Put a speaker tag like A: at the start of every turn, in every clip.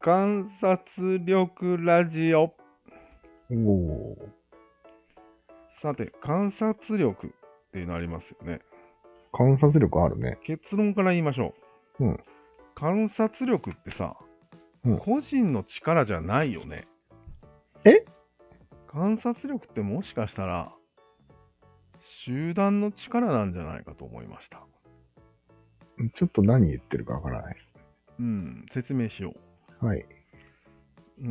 A: 観察力ラジオ。
B: おお。
A: さて、観察力っていうのありますよね。
B: 観察力あるね。
A: 結論から言いましょう。
B: うん。
A: 観察力ってさ、
B: うん
A: 個人の力じゃないよね。
B: え
A: 観察力ってもしかしたら、集団の力なんじゃないかと思いました。
B: ちょっと何言ってるかわからない。
A: うん、説明しよ
B: はい。
A: う。うん、う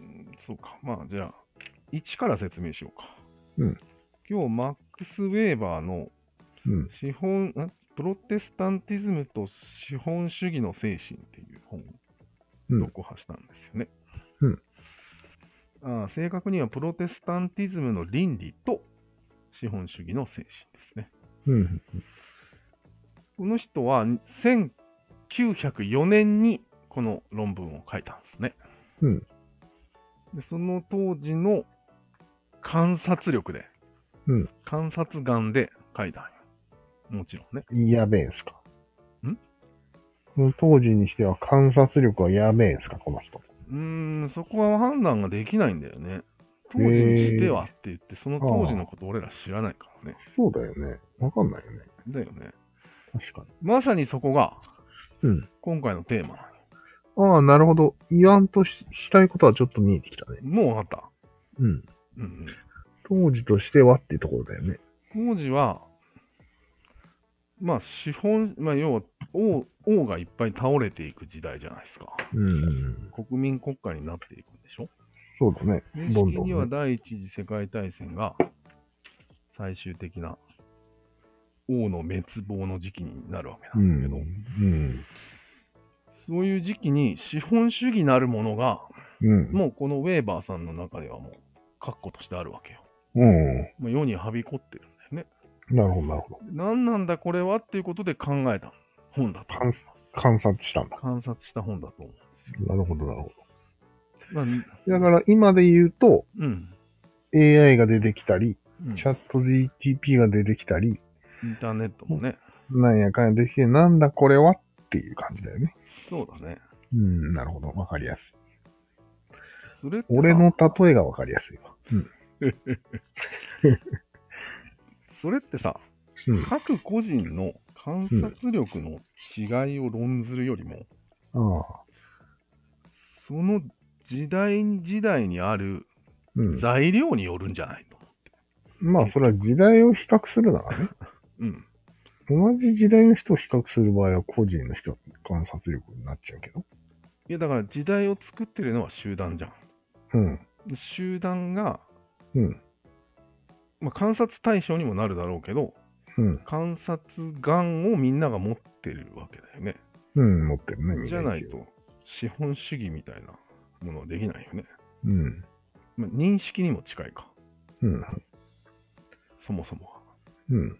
A: んそうか。まあ、じゃあ、1から説明しようか。
B: うん。
A: 今日、マックス・ウェーバーの
B: うん。
A: 資本、んプロテスタンティズムと資本主義の精神っていう本
B: うん
A: を読破したんですよね。
B: うん
A: ああ正確にはプロテスタンティズムの倫理と資本主義の精神ですね。
B: うん。
A: この人は1904年にこの論文を書いたんですね。
B: うん
A: でその当時の観察力で、
B: うん
A: 観察眼で書いたんよ。もちろんね。
B: やべえんすか。
A: ん
B: その当時にしては観察力はやべえんすか、この人。
A: うーん、そこは判断ができないんだよね。当時にしてはって言って、その当時のこと俺ら知らないからね。
B: そうだよね。わかんないよね。
A: だよね。
B: 確か
A: まさにそこが
B: に。うん。
A: 今回のテーマな
B: ああ、なるほど。言わんとししたいことはちょっと見えてきたね。
A: のもうわかった。
B: うん。
A: うん
B: 当時としてはっていうところだよね。
A: うん、当時は、まあ資本、まあ要は王王がいっぱい倒れていく時代じゃないですか。
B: うんうんうん。
A: 国民国家になっていくんでしょ
B: そうだね。
A: 正
B: どん
A: 式
B: どん
A: に
B: ね
A: は第一次世界大戦が最終的な王の滅亡の時期になるわけ
B: う
A: なんだ
B: ん。
A: けど、
B: うん。
A: そういう時期に資本主義なるものが、
B: うん。
A: もうこのウェーバーさんの中ではもう、確固としてあるわけよ。
B: うん。
A: まあ、世にはびこってるんだよね。
B: なるほど、なるほど。
A: 何なんだこれはっていうことで考えた本だと。
B: 観観察したんだ。
A: 観察した本だと思
B: なるほど、なるほ
A: う。まあに
B: ど。だから今で言うと、
A: うん。
B: AI が出てきたり、
A: うん
B: チャット GTP が出てきたり、
A: インターネットもね。
B: なんやかんやできて、なんだこれはっていう感じだよね。
A: そうだね。
B: うん、なるほど。わかりやすい。
A: それってさ
B: 俺の例えがわかりやすいわ。
A: それってさ、
B: うん。
A: 各個人の観察力の違いを論ずるよりも、
B: ああ。
A: その時代時代にある
B: うん。
A: 材料によるんじゃないと思って。
B: まあ、それは時代を比較するならね。
A: うん。
B: 同じ時代の人を比較する場合は個人の人の観察力になっちゃうけど。
A: いやだから時代を作ってるのは集団じゃん。
B: うん。
A: で集団が、
B: うん。
A: まあ、観察対象にもなるだろうけど、
B: うん。
A: 観察眼をみんなが持ってるわけだよね。
B: うん、持ってるね。みん
A: じゃない
B: 一応。
A: と資本主義みたいなものはできないよね。
B: うん。
A: まあ、認識にも近いか、
B: うん。
A: そもそもは。
B: うん。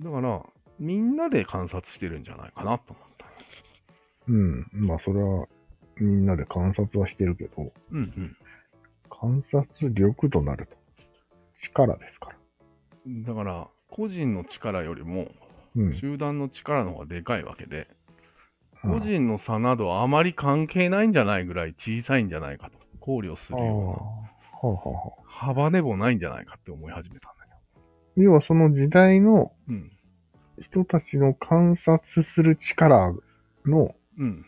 A: だから、みんなで観察してるんじゃないかなと思った。
B: うん。まあ、それは、みんなで観察はしてるけど、
A: うんうん。
B: 観察力となると、力ですから。
A: だから、個人の力よりも、
B: うん。
A: 集団の力の方がでかいわけで、
B: う
A: 個
B: ん
A: 人の差などあまり関係ないんじゃないぐらい小さいんじゃないかと考慮す
B: ああ。
A: るよ
B: はあはあはあ。
A: うな幅でもないんじゃないかって思い始めたんだけ
B: 要はその時代の
A: ど。うん。
B: 人たちの観察する力の、
A: うん。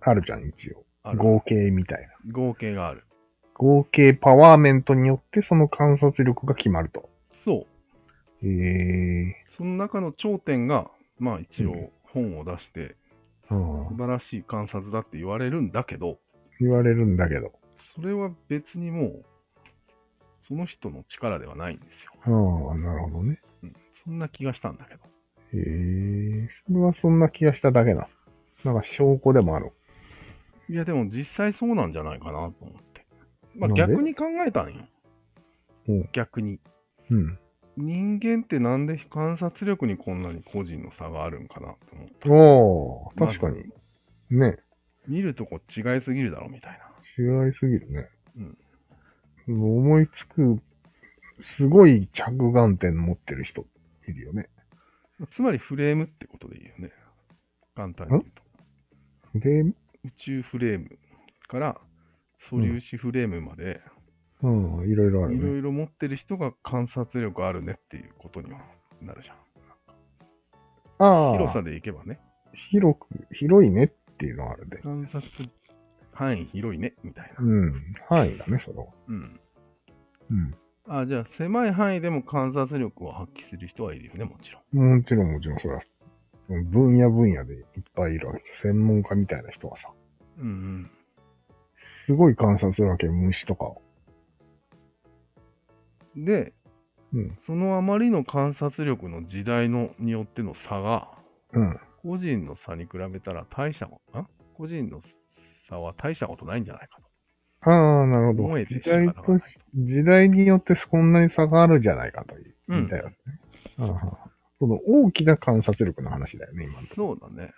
B: あるじゃん、一応。
A: ある
B: 合計みたいな。
A: 合計がある。
B: 合計パワーメントによってその観察力が決まると。
A: そう。
B: へえ。
A: その中の頂点が、まあ一
B: う
A: 応本を出して、
B: うん
A: 素。晴らしい観察だって言われるんだけど、
B: 言われるんだけど。
A: それは別にもう、その人の力ではないんですよ。
B: ああ、なるほどね。
A: うん。そんな気がしたんだけど。
B: へえ。それはそんな気がしただけな。なんか証拠でもある
A: いやでも実際そうなんじゃないかなと思って。まあ
B: なんで
A: 逆に考えたんよ
B: うん。
A: 逆に。
B: うん。
A: 人間ってなんで観察力にこんなに個人の差があるんかなって思った。
B: おー、確かに。ね、
A: 見るとこ違いすぎるだろみたい
B: 違いすぎるね。
A: うん
B: 思いつく、すごい着眼点持ってる人いるよね。
A: な。つまりフレームってことでいいよね。簡単に言うと。
B: フレーム
A: 宇宙フレームから素粒子フレームまで、
B: うん、いろいろある
A: いろ
B: ね。
A: いろ持ってる人が観察力あるねっていうことにはなるじゃん。
B: ああ、
A: 広さでいけばね、
B: 広く、広いねっていうのはあるで。
A: 観察範囲広いね、みたいな。
B: うん、範囲だね、それは。
A: うん。
B: うん。
A: あ、じゃあ、狭い範囲でも観察力を発揮する人はいるよね、もちろん。
B: もちろん、もちろん、それは、うん分野分野でいっぱいいるわけ。専門家みたいな人はさ、
A: うん
B: すごい観察するわけよ、虫とかを。
A: うん。で、
B: うん、
A: そのあまりの観察力の時代のによっての差が、
B: うん。
A: 個人の差に比べたら大したこと、ん個人の差は大したことないんじゃないかと。
B: ああ、なるほど。
A: 思えて
B: 時
A: し
B: 代
A: ま
B: と、時代によってこんなに差があるじゃないかという、
A: うん
B: みたいなね。ああその大きな観察力の話だよね、今のところ
A: そうだね。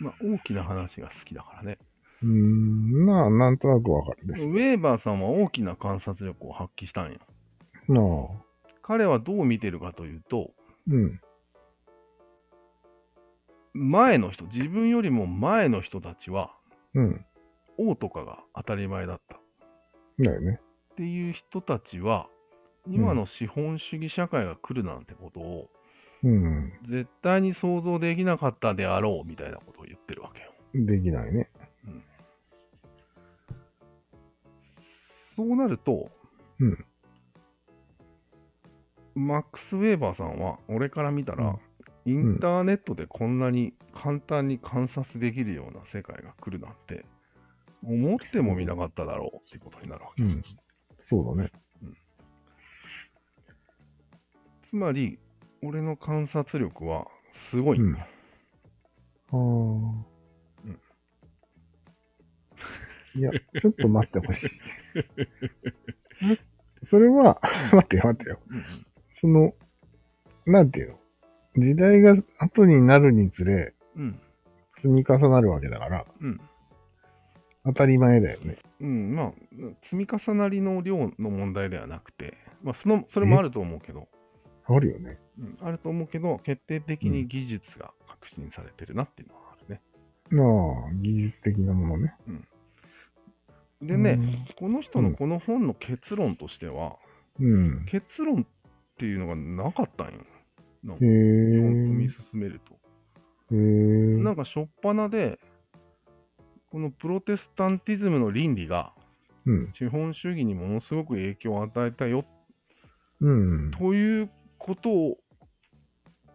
A: まあ、大きな話が好きだからね。
B: うーん、まあ、なんとなくわかる
A: ウ
B: です。
A: ェーバーさんは大きな観察力を発揮したんよ。
B: なあ、
A: 彼はどう見てるかというと、
B: うん、
A: 前の人、自分よりも前の人たちは、
B: うん、
A: 王とかが当たり前だったっ
B: だよね。
A: ていう人たちは、今の資本主義社会が来るなんてことを、
B: うん、
A: 絶対に想像できなかったであろうみたいなことを言ってるわけよ。
B: できないね。
A: そうなると、
B: うん
A: マックス・ウェーバーさんは、俺から見たら、イ
B: ん
A: ンターネットでこんなに簡単に観察できるような世界が来るなんて、思っても見なかっただろうってことになるわけ
B: う
A: です。
B: ん、そうだね。
A: つまり、俺の観察力はすごい。
B: うん。ああ。いや、ちょっと待ってほしい。 それは、 待ってよ、待ってよ。
A: うん
B: その、なんていうの時代が後になるにつれ、
A: うん。
B: 積み重なるわけだから、
A: うん。
B: 当たり前だよね。
A: うん。まあ、積み重なりの量の問題ではなくて、まあ、その、それもあると思うけど、
B: あるよね。
A: うん、あると思うけど、決定的に技術が革新されてるなっていうのはあるね。
B: まあ、技術的なものね。
A: でね、この人のこの本の結論としては、
B: うん。
A: 結論っていうのがなかったんよ。なんか読
B: へ
A: み
B: え。
A: 進めると。
B: へえ。
A: なんか初っ端で、このプロテスタンティズムの倫理が
B: うん。
A: 資本主義にものすごく影響を与えたよ
B: うん。
A: ということを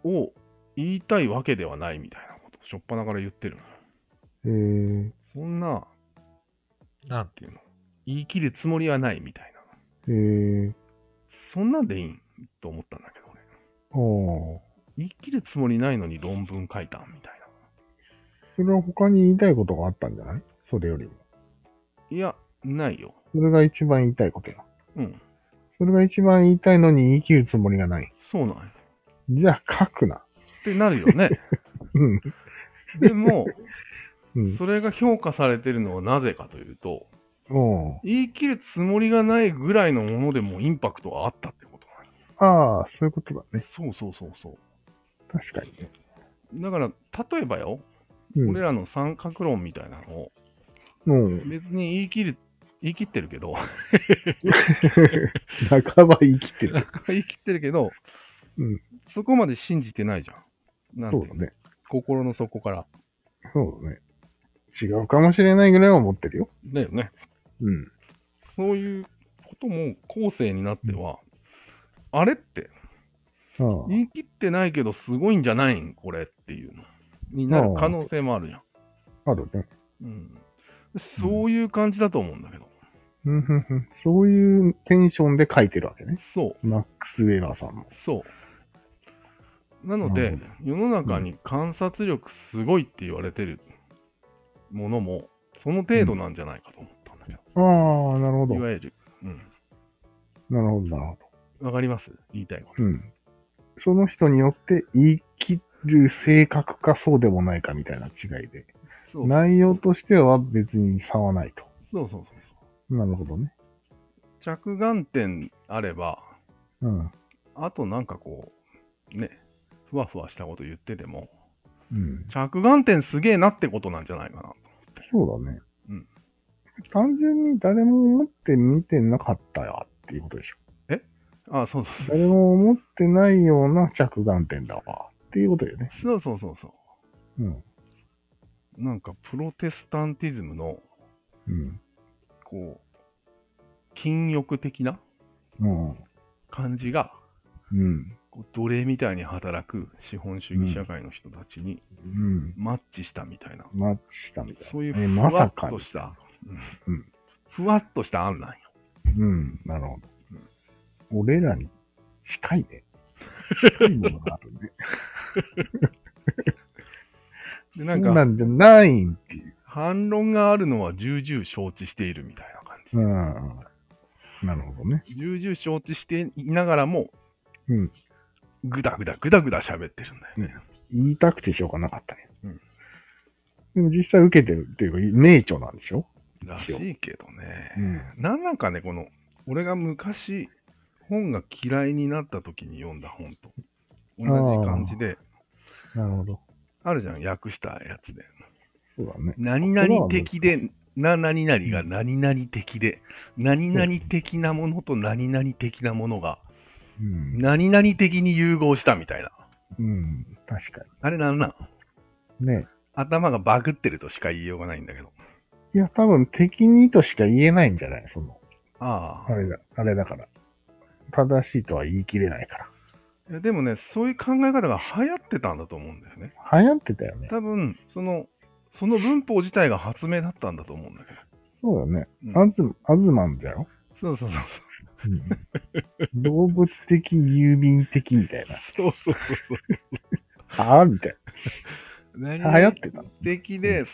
A: を言いたいわけではないみたいなことを初っ端から言ってるのよ
B: へえ。
A: そんな、なんていうの、言い切るつもりはないみたいな。
B: へえ。
A: そんなんでいいんと思ったんだけど、俺。
B: ああ。
A: 言い切るつもりないのに論文書いたんみたい
B: それは他に言いたいことがあったんじゃないそれよりも。
A: な。いや、ないよ。
B: それが一番言いたいことだ。
A: うん。
B: それが一番言いたいのに言い切るつもりがない。
A: そうなんよ。っ
B: じゃあ書くな。
A: てなるよね。
B: うん。
A: でも、
B: うん。
A: それが評価されてるのはなぜかというと、
B: お
A: 言い切るつもりがないぐらいのものでもインパクトがあったってことなんよ
B: ああ、そういうことだね。
A: そうそうそうそ
B: 確かにね。
A: う。だから、例えばよ、
B: うん。
A: 俺らの三角論みたいなのを、
B: うん。
A: 別に言い切る、言い切ってるけど、
B: 半ば生き てる。
A: 言い切ってるけど、
B: うん
A: そこまで信じてないじゃん。なんて
B: そ
A: いうう
B: だ
A: の
B: ね。
A: 心の底から。
B: そうだね。違うかもしれないぐらいは思ってるよ。
A: だよね。
B: うん。
A: そういうことも後世になっては、あれって、
B: ああ。
A: 言い切ってないけどすごいんじゃないんこれっていうのになる可能性もあるじゃん。
B: あるね。
A: うん、そういう感じだと思うんだけど。
B: うんふんふん。そういうテンションで書いてるわけね。
A: そう、
B: マックス・ウェラーさんも。
A: そう。なの
B: な
A: で
B: る、
A: 世の中に観察力すごいって言われてるものも、その程度なんじゃないかと思ったんだけど。
B: ああ、なるほど。
A: い
B: なる
A: わゆる。うん。
B: ほど、なるほど。
A: わかります言いたいこと。
B: うん。その人によって言い切る性格かそうでもないかみたいな違いで。
A: そ
B: 内容としては別に差はないと。
A: そうそうそうそう。
B: なるほどね。
A: 着眼点あれば、
B: うん。
A: あとなんかこう、ね、ふわふわしたこと言ってても、
B: うん。
A: 着眼点すげえなってことなんじゃないかなと思って。
B: そうだね。
A: うん。
B: 単純に誰も思って見てなかったよっていうことでしょ。
A: あ、そうそうそう。
B: 誰も思ってないような着眼点だわっていうことよね。
A: そうそうそうそ
B: うん。
A: う。なんか、プロテスタンティズムの、
B: うん。
A: こう、禁欲的な
B: うん。
A: 感じが、
B: うん。
A: こう奴隷みたいに働く資本主義社会の人たちに
B: うん。
A: マッチしたみたいな、
B: マッチしたみたいな。
A: そういうふ
B: えま
A: わ
B: さ
A: っ
B: か
A: と
B: に。
A: した、
B: う
A: うんんふわっとした案なんよ。
B: うん。なるほど。俺らに近 いね。近いものがあるね。
A: で、
B: そ
A: なんん
B: な
A: か、
B: んじゃないんっていう。
A: 反論があるのは重々承知しているみたいな感
B: うん。なるほどね。
A: じ。重々承知していながらも、
B: うん。
A: ぐだぐだぐだぐだ喋ってるんだよね。
B: 言いたくてしょうがなかったね。
A: うん
B: でも実際受けてるっていうか、名著なんでしょ
A: らしいけどね。
B: ん。
A: なんなんかね、この、俺が昔、本が嫌いになった時に読んだ本と同じ感じで、
B: なるほど。
A: あるじゃん、訳したやつで。
B: そうだね。
A: 何々的で、な何々が何々的で、何々的なものと何々的なものが、
B: うん。
A: 何々的に融合したみたいな。
B: うん。確か
A: あれなんなん
B: に。ね。
A: 頭がバグってるとしか言いようがないんだけど。
B: いや、多分敵にとしか言えないんじゃないその、
A: あ
B: あ
A: あ、
B: れだ、あれだから。正しいとは言い切れないか
A: いやでもね、そういう考え方が流行ってたんだと思うんだよね。
B: ら。流行ってたよね。
A: 多分、その、その文法自体が発明だったんだと思うんだけど。
B: そうだね。
A: うん
B: アズ、アズマンだよ。
A: そうそうそう
B: うん、動物的、郵便的みたいな。
A: そう。そうそうそう
B: ああ、みたい
A: そう。何
B: な。流行ってたの。
A: 的で、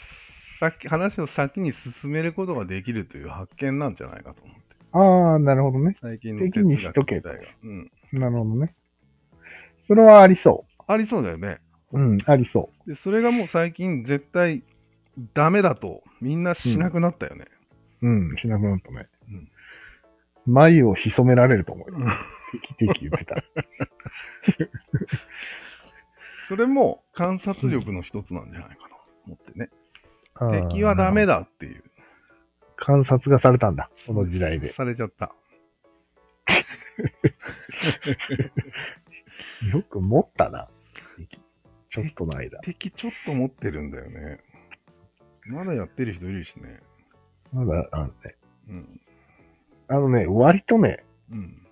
A: 先話を先に進めることができるという発見なんじゃないかと思って。
B: ああ、なるほどね。
A: 最近の
B: 的にしとけ
A: 哲学自体がうん。
B: なるほどね。それはありそ
A: ありそうだよね。
B: う。うん、ありそ
A: で、それがもう最近絶対ダメだとみんなしなくなったよね。
B: う。うん、しなくなったね。眉を潜められると思うよ。敵敵言って たら。
A: それも観察力の一つなんじゃないかな。思ってね。敵はダメ
B: だ。
A: だっていう。
B: 観察がされたんだ。その時代で。
A: されちゃった。
B: よく持ったな。ちょっとの間。
A: 敵ちょっと持ってるんだよね。まだやってる人いるしね。
B: まだあるね。
A: うん。
B: あのね、割とね、
A: うん。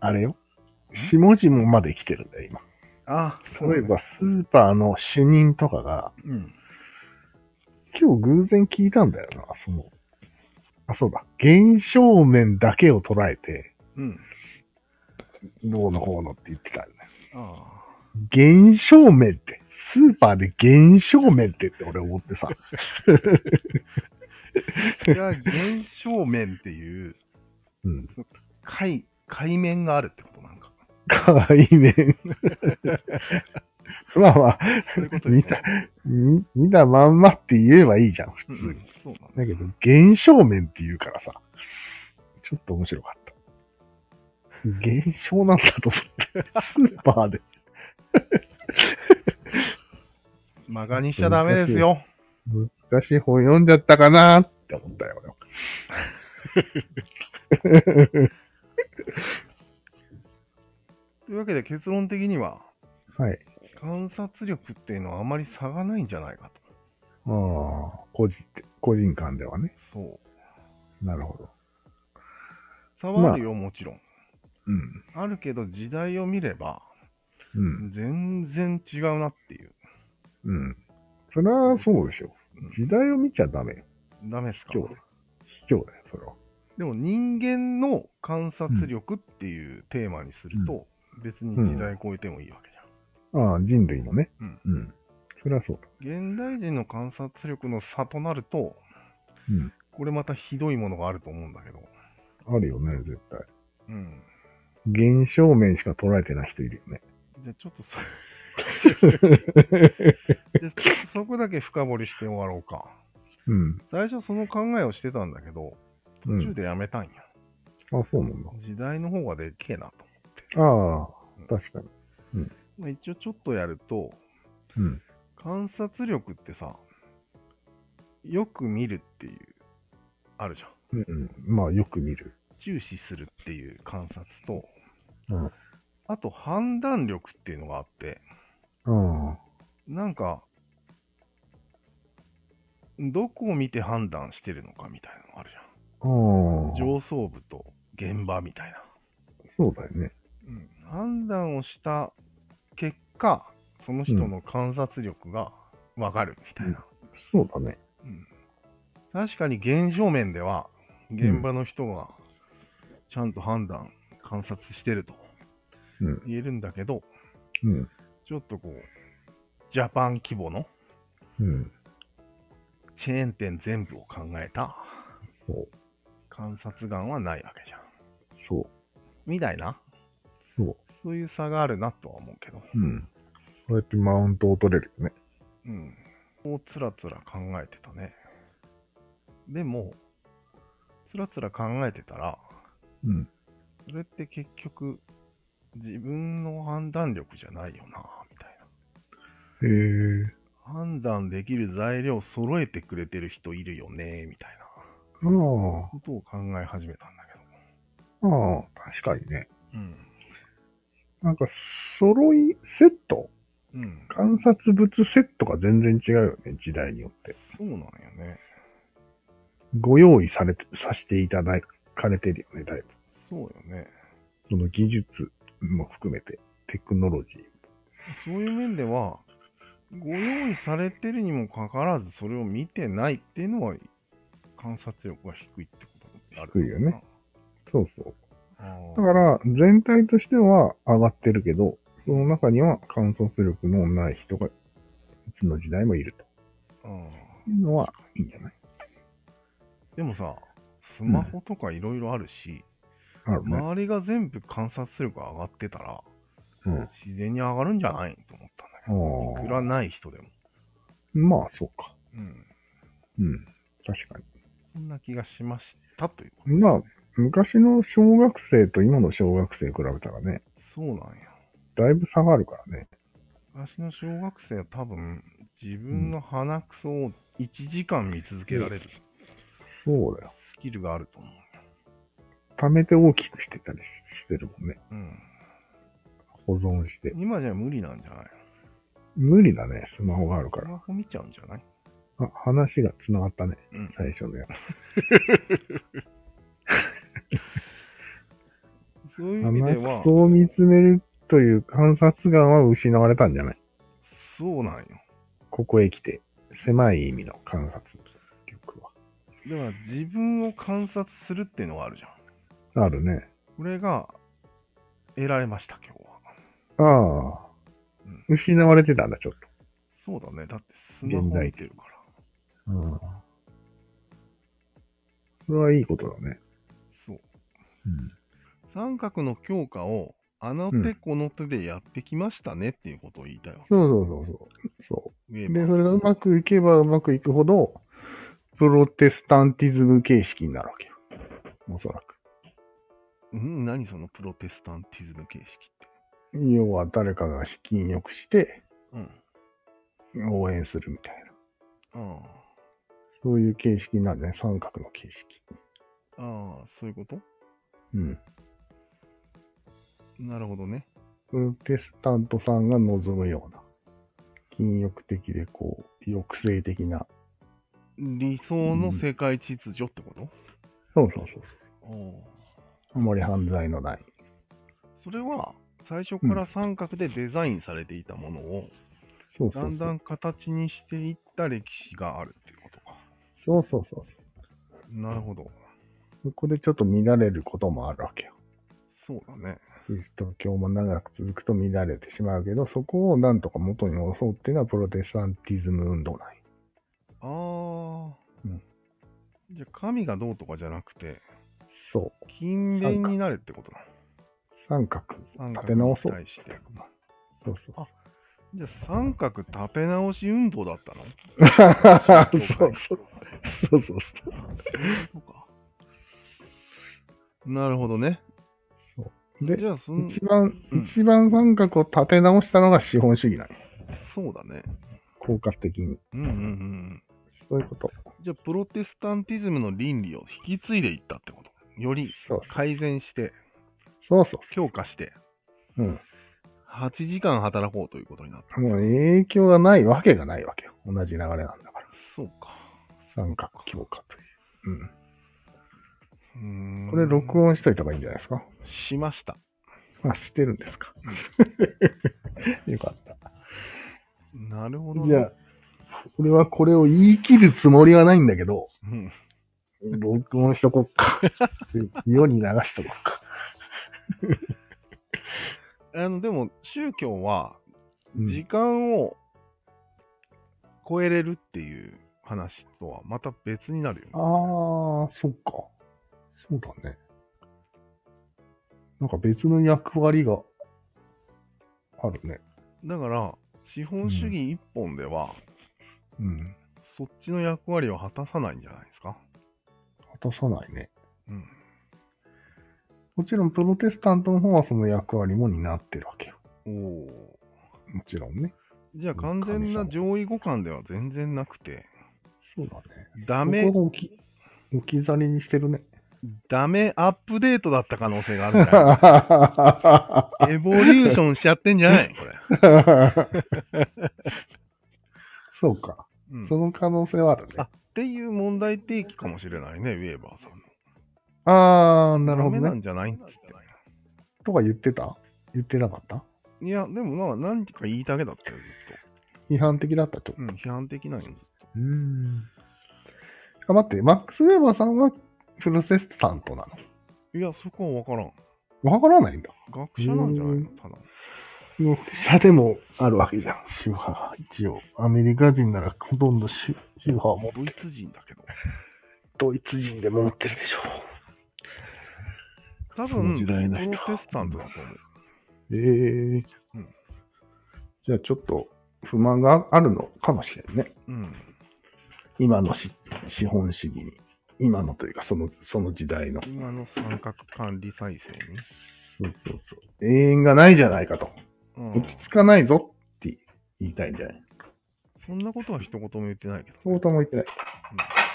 B: あれよ。下々まで来てるんだよ、今。
A: あ、そう
B: 例え
A: ね
B: ば、スーパーの主任とかが、
A: うん。
B: 今日偶然聞いたんだよな、その。あ、そうだ。現象面だけを捉えて、
A: うん。
B: どうのこうのって言ってたんだよ。
A: あ
B: 現象面って、スーパーで現象面ってって俺思ってさ。
A: あ。それは現象面っていう、
B: うん。
A: 海、海面があるってことなんか。
B: かわいいね。 まあまあ、
A: そういう こと
B: 見
A: です
B: た
A: ね。、
B: 見見たまんまって言えばいいじゃん、
A: う
B: 普
A: ん
B: 通
A: う
B: に。
A: んそうなんだ。
B: だけど、現象面って言うからさ、ちょっと面白かった。現象なんだと思って、スーパーで。
A: 馬鹿にしちゃダメですよ。
B: 難しい本読んじゃったかなって思ったよ、
A: というわけで結論的には、
B: 俺は。はい。
A: 観察力っていうのはあまり差がないんじゃないかと。
B: ああ、個人、個人間ではね。
A: そう。
B: なるほど。
A: 差はあるよ、もちろん。
B: うん。
A: あるけど、時代を見れば、
B: うん。
A: 全然違うなっていう。
B: うん。それはそうでしょ
A: うん。
B: 時代を見ちゃダメよ。
A: ダメですか
B: 卑怯だよ。卑怯だよ、それは。
A: でも人間の観察力っていうテーマにすると、別に時代超えてもいいわけじゃん。
B: ああ、人類のね。
A: うん
B: うん。それはそうだ。
A: 現代人の観察力の差となると、
B: うん
A: これまたひどいものがあると思うんだけど、
B: あるよね、絶対。
A: うん、
B: 現象面しか捉えてない人いるよね。
A: じゃあちょっとそ じゃあちょっとそこだけ深掘りして終わろうか。
B: うん。
A: 最初その考えをしてたんだけど、
B: うん
A: 途中でやめたんや。
B: あ、そうなんだ。
A: 時代の方がでっけえなと。
B: ああ、確かに。
A: まあ、一応ちょっとやると、
B: うん。
A: 観察力ってさ、よく見るっていう、あるじゃん。
B: うん。まあ、よく見る。
A: 注視するっていう観察と、
B: うん
A: あと判断力っていうのがあって、
B: うん。あ
A: なんか、どこを見て判断してるのかみたいなのがあるじ
B: あ。
A: ゃん。上層部と現場みたいな。
B: そうだよね。
A: うん、判断をした結果、その人の観察力がわかるみたいな。
B: そうだね。
A: うん確かに現象面では、現場の人がちゃんと判断、観察してると
B: うん
A: 言えるんだけど、
B: うん。
A: ちょっとこう、ジャパン規模の
B: うん。
A: チェーン店全部を考えた
B: そう。
A: 観察眼はないわけじゃん。
B: そう。
A: みたいな、
B: そう。
A: そういう差があるなとは思うけど、
B: うん。こうやってマウントを取れるよね。
A: うん。こうつらつら考えてたね。でも、つらつら考えてたら、
B: うん。
A: それって結局、自分の判断力じゃないよな、みたい
B: へえ。
A: な。判断できる材料を揃えてくれてる人いるよね、みたいな
B: ああ。
A: ことを考え始めたんだ
B: ああ、確かにね。
A: けど。
B: なんか、揃い、セット
A: うん。うん。
B: 観察物セットが全然違うよね、時代によって。
A: そうなんよね。
B: ご用意されて、させていただかれてるよね、だいぶ。
A: そうよね。
B: その技術も含めて、テクノロジー。
A: そういう面では、ご用意されてるにもかかわらず、それを見てないっていうのは、観察力が低いってことってある
B: 低いよね。そうそう。だ
A: だ
B: か、ら、全体としては上がってるけど、その中には観察力のない人が、いつの時代もいると
A: うん、
B: いうのは、いいんじゃない
A: でもさ、スマホとかいろいろあるし、
B: あるね。
A: 周りが全部観察力が上がってたら、
B: うん。あ
A: 自然に上がるんじゃないと思ったんだけど、いく
B: あ。
A: らない人でも。
B: まあ、そうか。
A: うん。
B: うん。確かに。
A: そんな気がしましたということで
B: まあ、昔の小学生と今の小学生比べたらね、
A: そうなんや。
B: だいぶ差があるからね。
A: 私の小学生は多分、自分の鼻くそを1時間見続けられる
B: そうだよ。
A: スキルがあると思う。
B: 溜めて大きくしてたりしてるもんね。
A: うん。
B: 保存して。
A: 今じゃ無理なんじゃないの
B: 無理だね、スマホがあるか
A: ス
B: ら。
A: マホ見ちゃうんじゃない
B: あ、話が繋がったね。
A: うん
B: 最初のや
A: そう
B: つ。
A: いう意味で
B: 鼻
A: は
B: く、そを見つめるという観察眼は失われたんじゃない
A: そうなんよ。
B: ここへ来て。狭い意味の観察力は。
A: だから自分を観察するっていうのがあるじゃん。
B: あるね。
A: これが得られました、今日は。
B: ああ。
A: うん
B: 失われてたんだ、ちょっ
A: そうだね。だってスマホ見てるから。
B: と。うん。それはいいことだね。
A: そう。
B: うん。
A: 三角の強化をあの手この手でやってきましたねっていうことを言いたいわ。
B: そうそうそうそう。
A: 言え
B: そう。
A: ば
B: で、それがうまくいけばうまくいくほど、プロテスタンティズム形式になるわけよ。おそらく。
A: うん、何そのプロテスタンティズム形式って。
B: 要は誰かが資金良くして
A: うん。
B: 応援するみたいな。
A: あ
B: そういう形式になるね。三角の形式。
A: あ、ああ、そういうこと
B: うん。
A: なるほどね。
B: プロテスタントさんが望むような。禁欲的でこう、抑制的な。
A: 理想の世界秩序ってこと、
B: そうそうそうそう。
A: お
B: あまり犯罪のない。
A: それは最初から三角でデザインされていたものを
B: そうそ
A: だ
B: うそう。
A: んだん形にしていった歴史があるっていうことか。
B: そうそうそうそう。
A: なるほど。
B: そこでちょっと乱れることもあるわけよ。
A: そうだね。
B: キリスト教も長く続くと乱れてしまうけど、そこをなんとか元に戻そうっていうのはプロテスタンティズム運動なんよ
A: あー。
B: うん
A: じゃあ神がどうとかじゃなくて、
B: そう。
A: 勤勉になれってことな
B: 三角。
A: の。
B: 立て直そ
A: 三
B: う
A: 角に対して。
B: そう そう。
A: じゃあ三角立て直し運動だったの
B: そうそうそう。そうそうそう。
A: そうか。なるほどね。
B: で
A: じ、ゃあそん
B: 一番、
A: うん
B: 一番三角を立て直したのが資本主義なの。
A: そうだね。
B: 効果的に。
A: うんうんうん。
B: そういうこと。
A: じゃあ、プロテスタンティズムの倫理を引き継いでいったってこと。より
B: そう
A: 改善して、
B: そうそ
A: 強化して、
B: う。うん。
A: 8時間働こうということになった。
B: もう影響がないわけがないわけよ。同じ流れなんだから。
A: そうか。
B: 参加、強化という。
A: うー
B: うんん。これ録音しといた方がいいんじゃないですか。
A: しました。
B: あ、してるんですか。よかった。
A: なるほど、ね。
B: じゃあ、俺はこれを言い切るつもりはないんだけど、
A: うん、
B: 録音しとこっか。世に流しとこっか。
A: あのでも、宗教は
B: うん
A: 時間を超えれるっていう話とはまた別になるよね。
B: ああ、そっか。そうだね。なんか別の役割があるね。
A: だから、資本主義一本では、
B: うん。
A: そっちの役割を果たさないんじゃないですか。
B: 果たさないね。
A: うん、
B: もちろんプロテスタントの方はその役割も担ってるわけよ。
A: おお。
B: もちろんね。
A: じゃあ、完全な上位互換では全然なくて、
B: そうだね。
A: ダメ
B: そ、こを置き置き去りにしてるね。
A: ダメアップデートだった可能性があるんじゃないエ
B: そ
A: ボリューションしちゃってんじゃ ないこれ。
B: うか。
A: うん、
B: その可能性はあるね。
A: あっていう問題提起かもしれないね、ウェーバーさんの。
B: ああー、なるほど
A: ダメな
B: ね。
A: んじゃないんつっ
B: とか言ってた言ってなかった
A: て。いや、でもな、何か言いたげだったよ、ずっ
B: 批判的だったってこと
A: と。うん、批判的なんよ。ずっと
B: うーん。あ、待って、マックス・ウェーバーさんはプロセスタントない
A: や、そこはわからん。
B: のわからないんだ。
A: 学者なんじゃないのただ。
B: 学者でもあるわけじゃん、宗派が。一応、アメリカ人ならほとんど宗宗派はもう
A: ドイツ人だけど。
B: ドイツ人でも持ってるでしょ
A: 多
B: その
A: 分、
B: 時
A: プ
B: 代の人
A: ロテスタントだと思う。
B: う。ええ
A: うん
B: じゃあちょっと不満があるのかもしれんね。
A: うん。
B: 今のし資本主義に。今のというか、その、その時代の。
A: 今の三角管理再生に。
B: そうそうそう。永遠がないじゃないかと。
A: う
B: 落
A: ん
B: ち、着かないぞって言いたいんじゃない
A: そんなことは一言も言ってないけど。
B: そうとも言ってない。
A: う